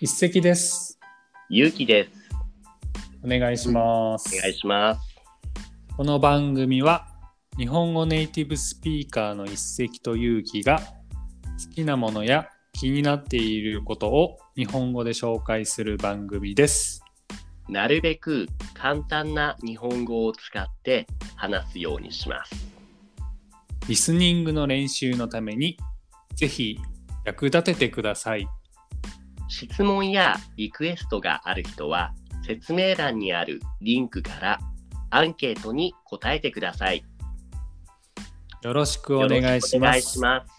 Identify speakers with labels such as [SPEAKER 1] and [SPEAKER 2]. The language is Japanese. [SPEAKER 1] 一席です。
[SPEAKER 2] ゆうきです。
[SPEAKER 1] お願いします。
[SPEAKER 2] お願いします。
[SPEAKER 1] この番組は日本語ネイティブスピーカーの一石と勇気が好きなものや気になっていることを日本語で紹介する番組です。
[SPEAKER 2] なるべく簡単な日本語を使って話すようにします。
[SPEAKER 1] リスニングの練習のためにぜひ役立ててください。
[SPEAKER 2] 質問やリクエストがある人は説明欄にあるリンクからアンケートに答えてください。
[SPEAKER 1] よろしくお願いします。
[SPEAKER 2] よろくお願いします。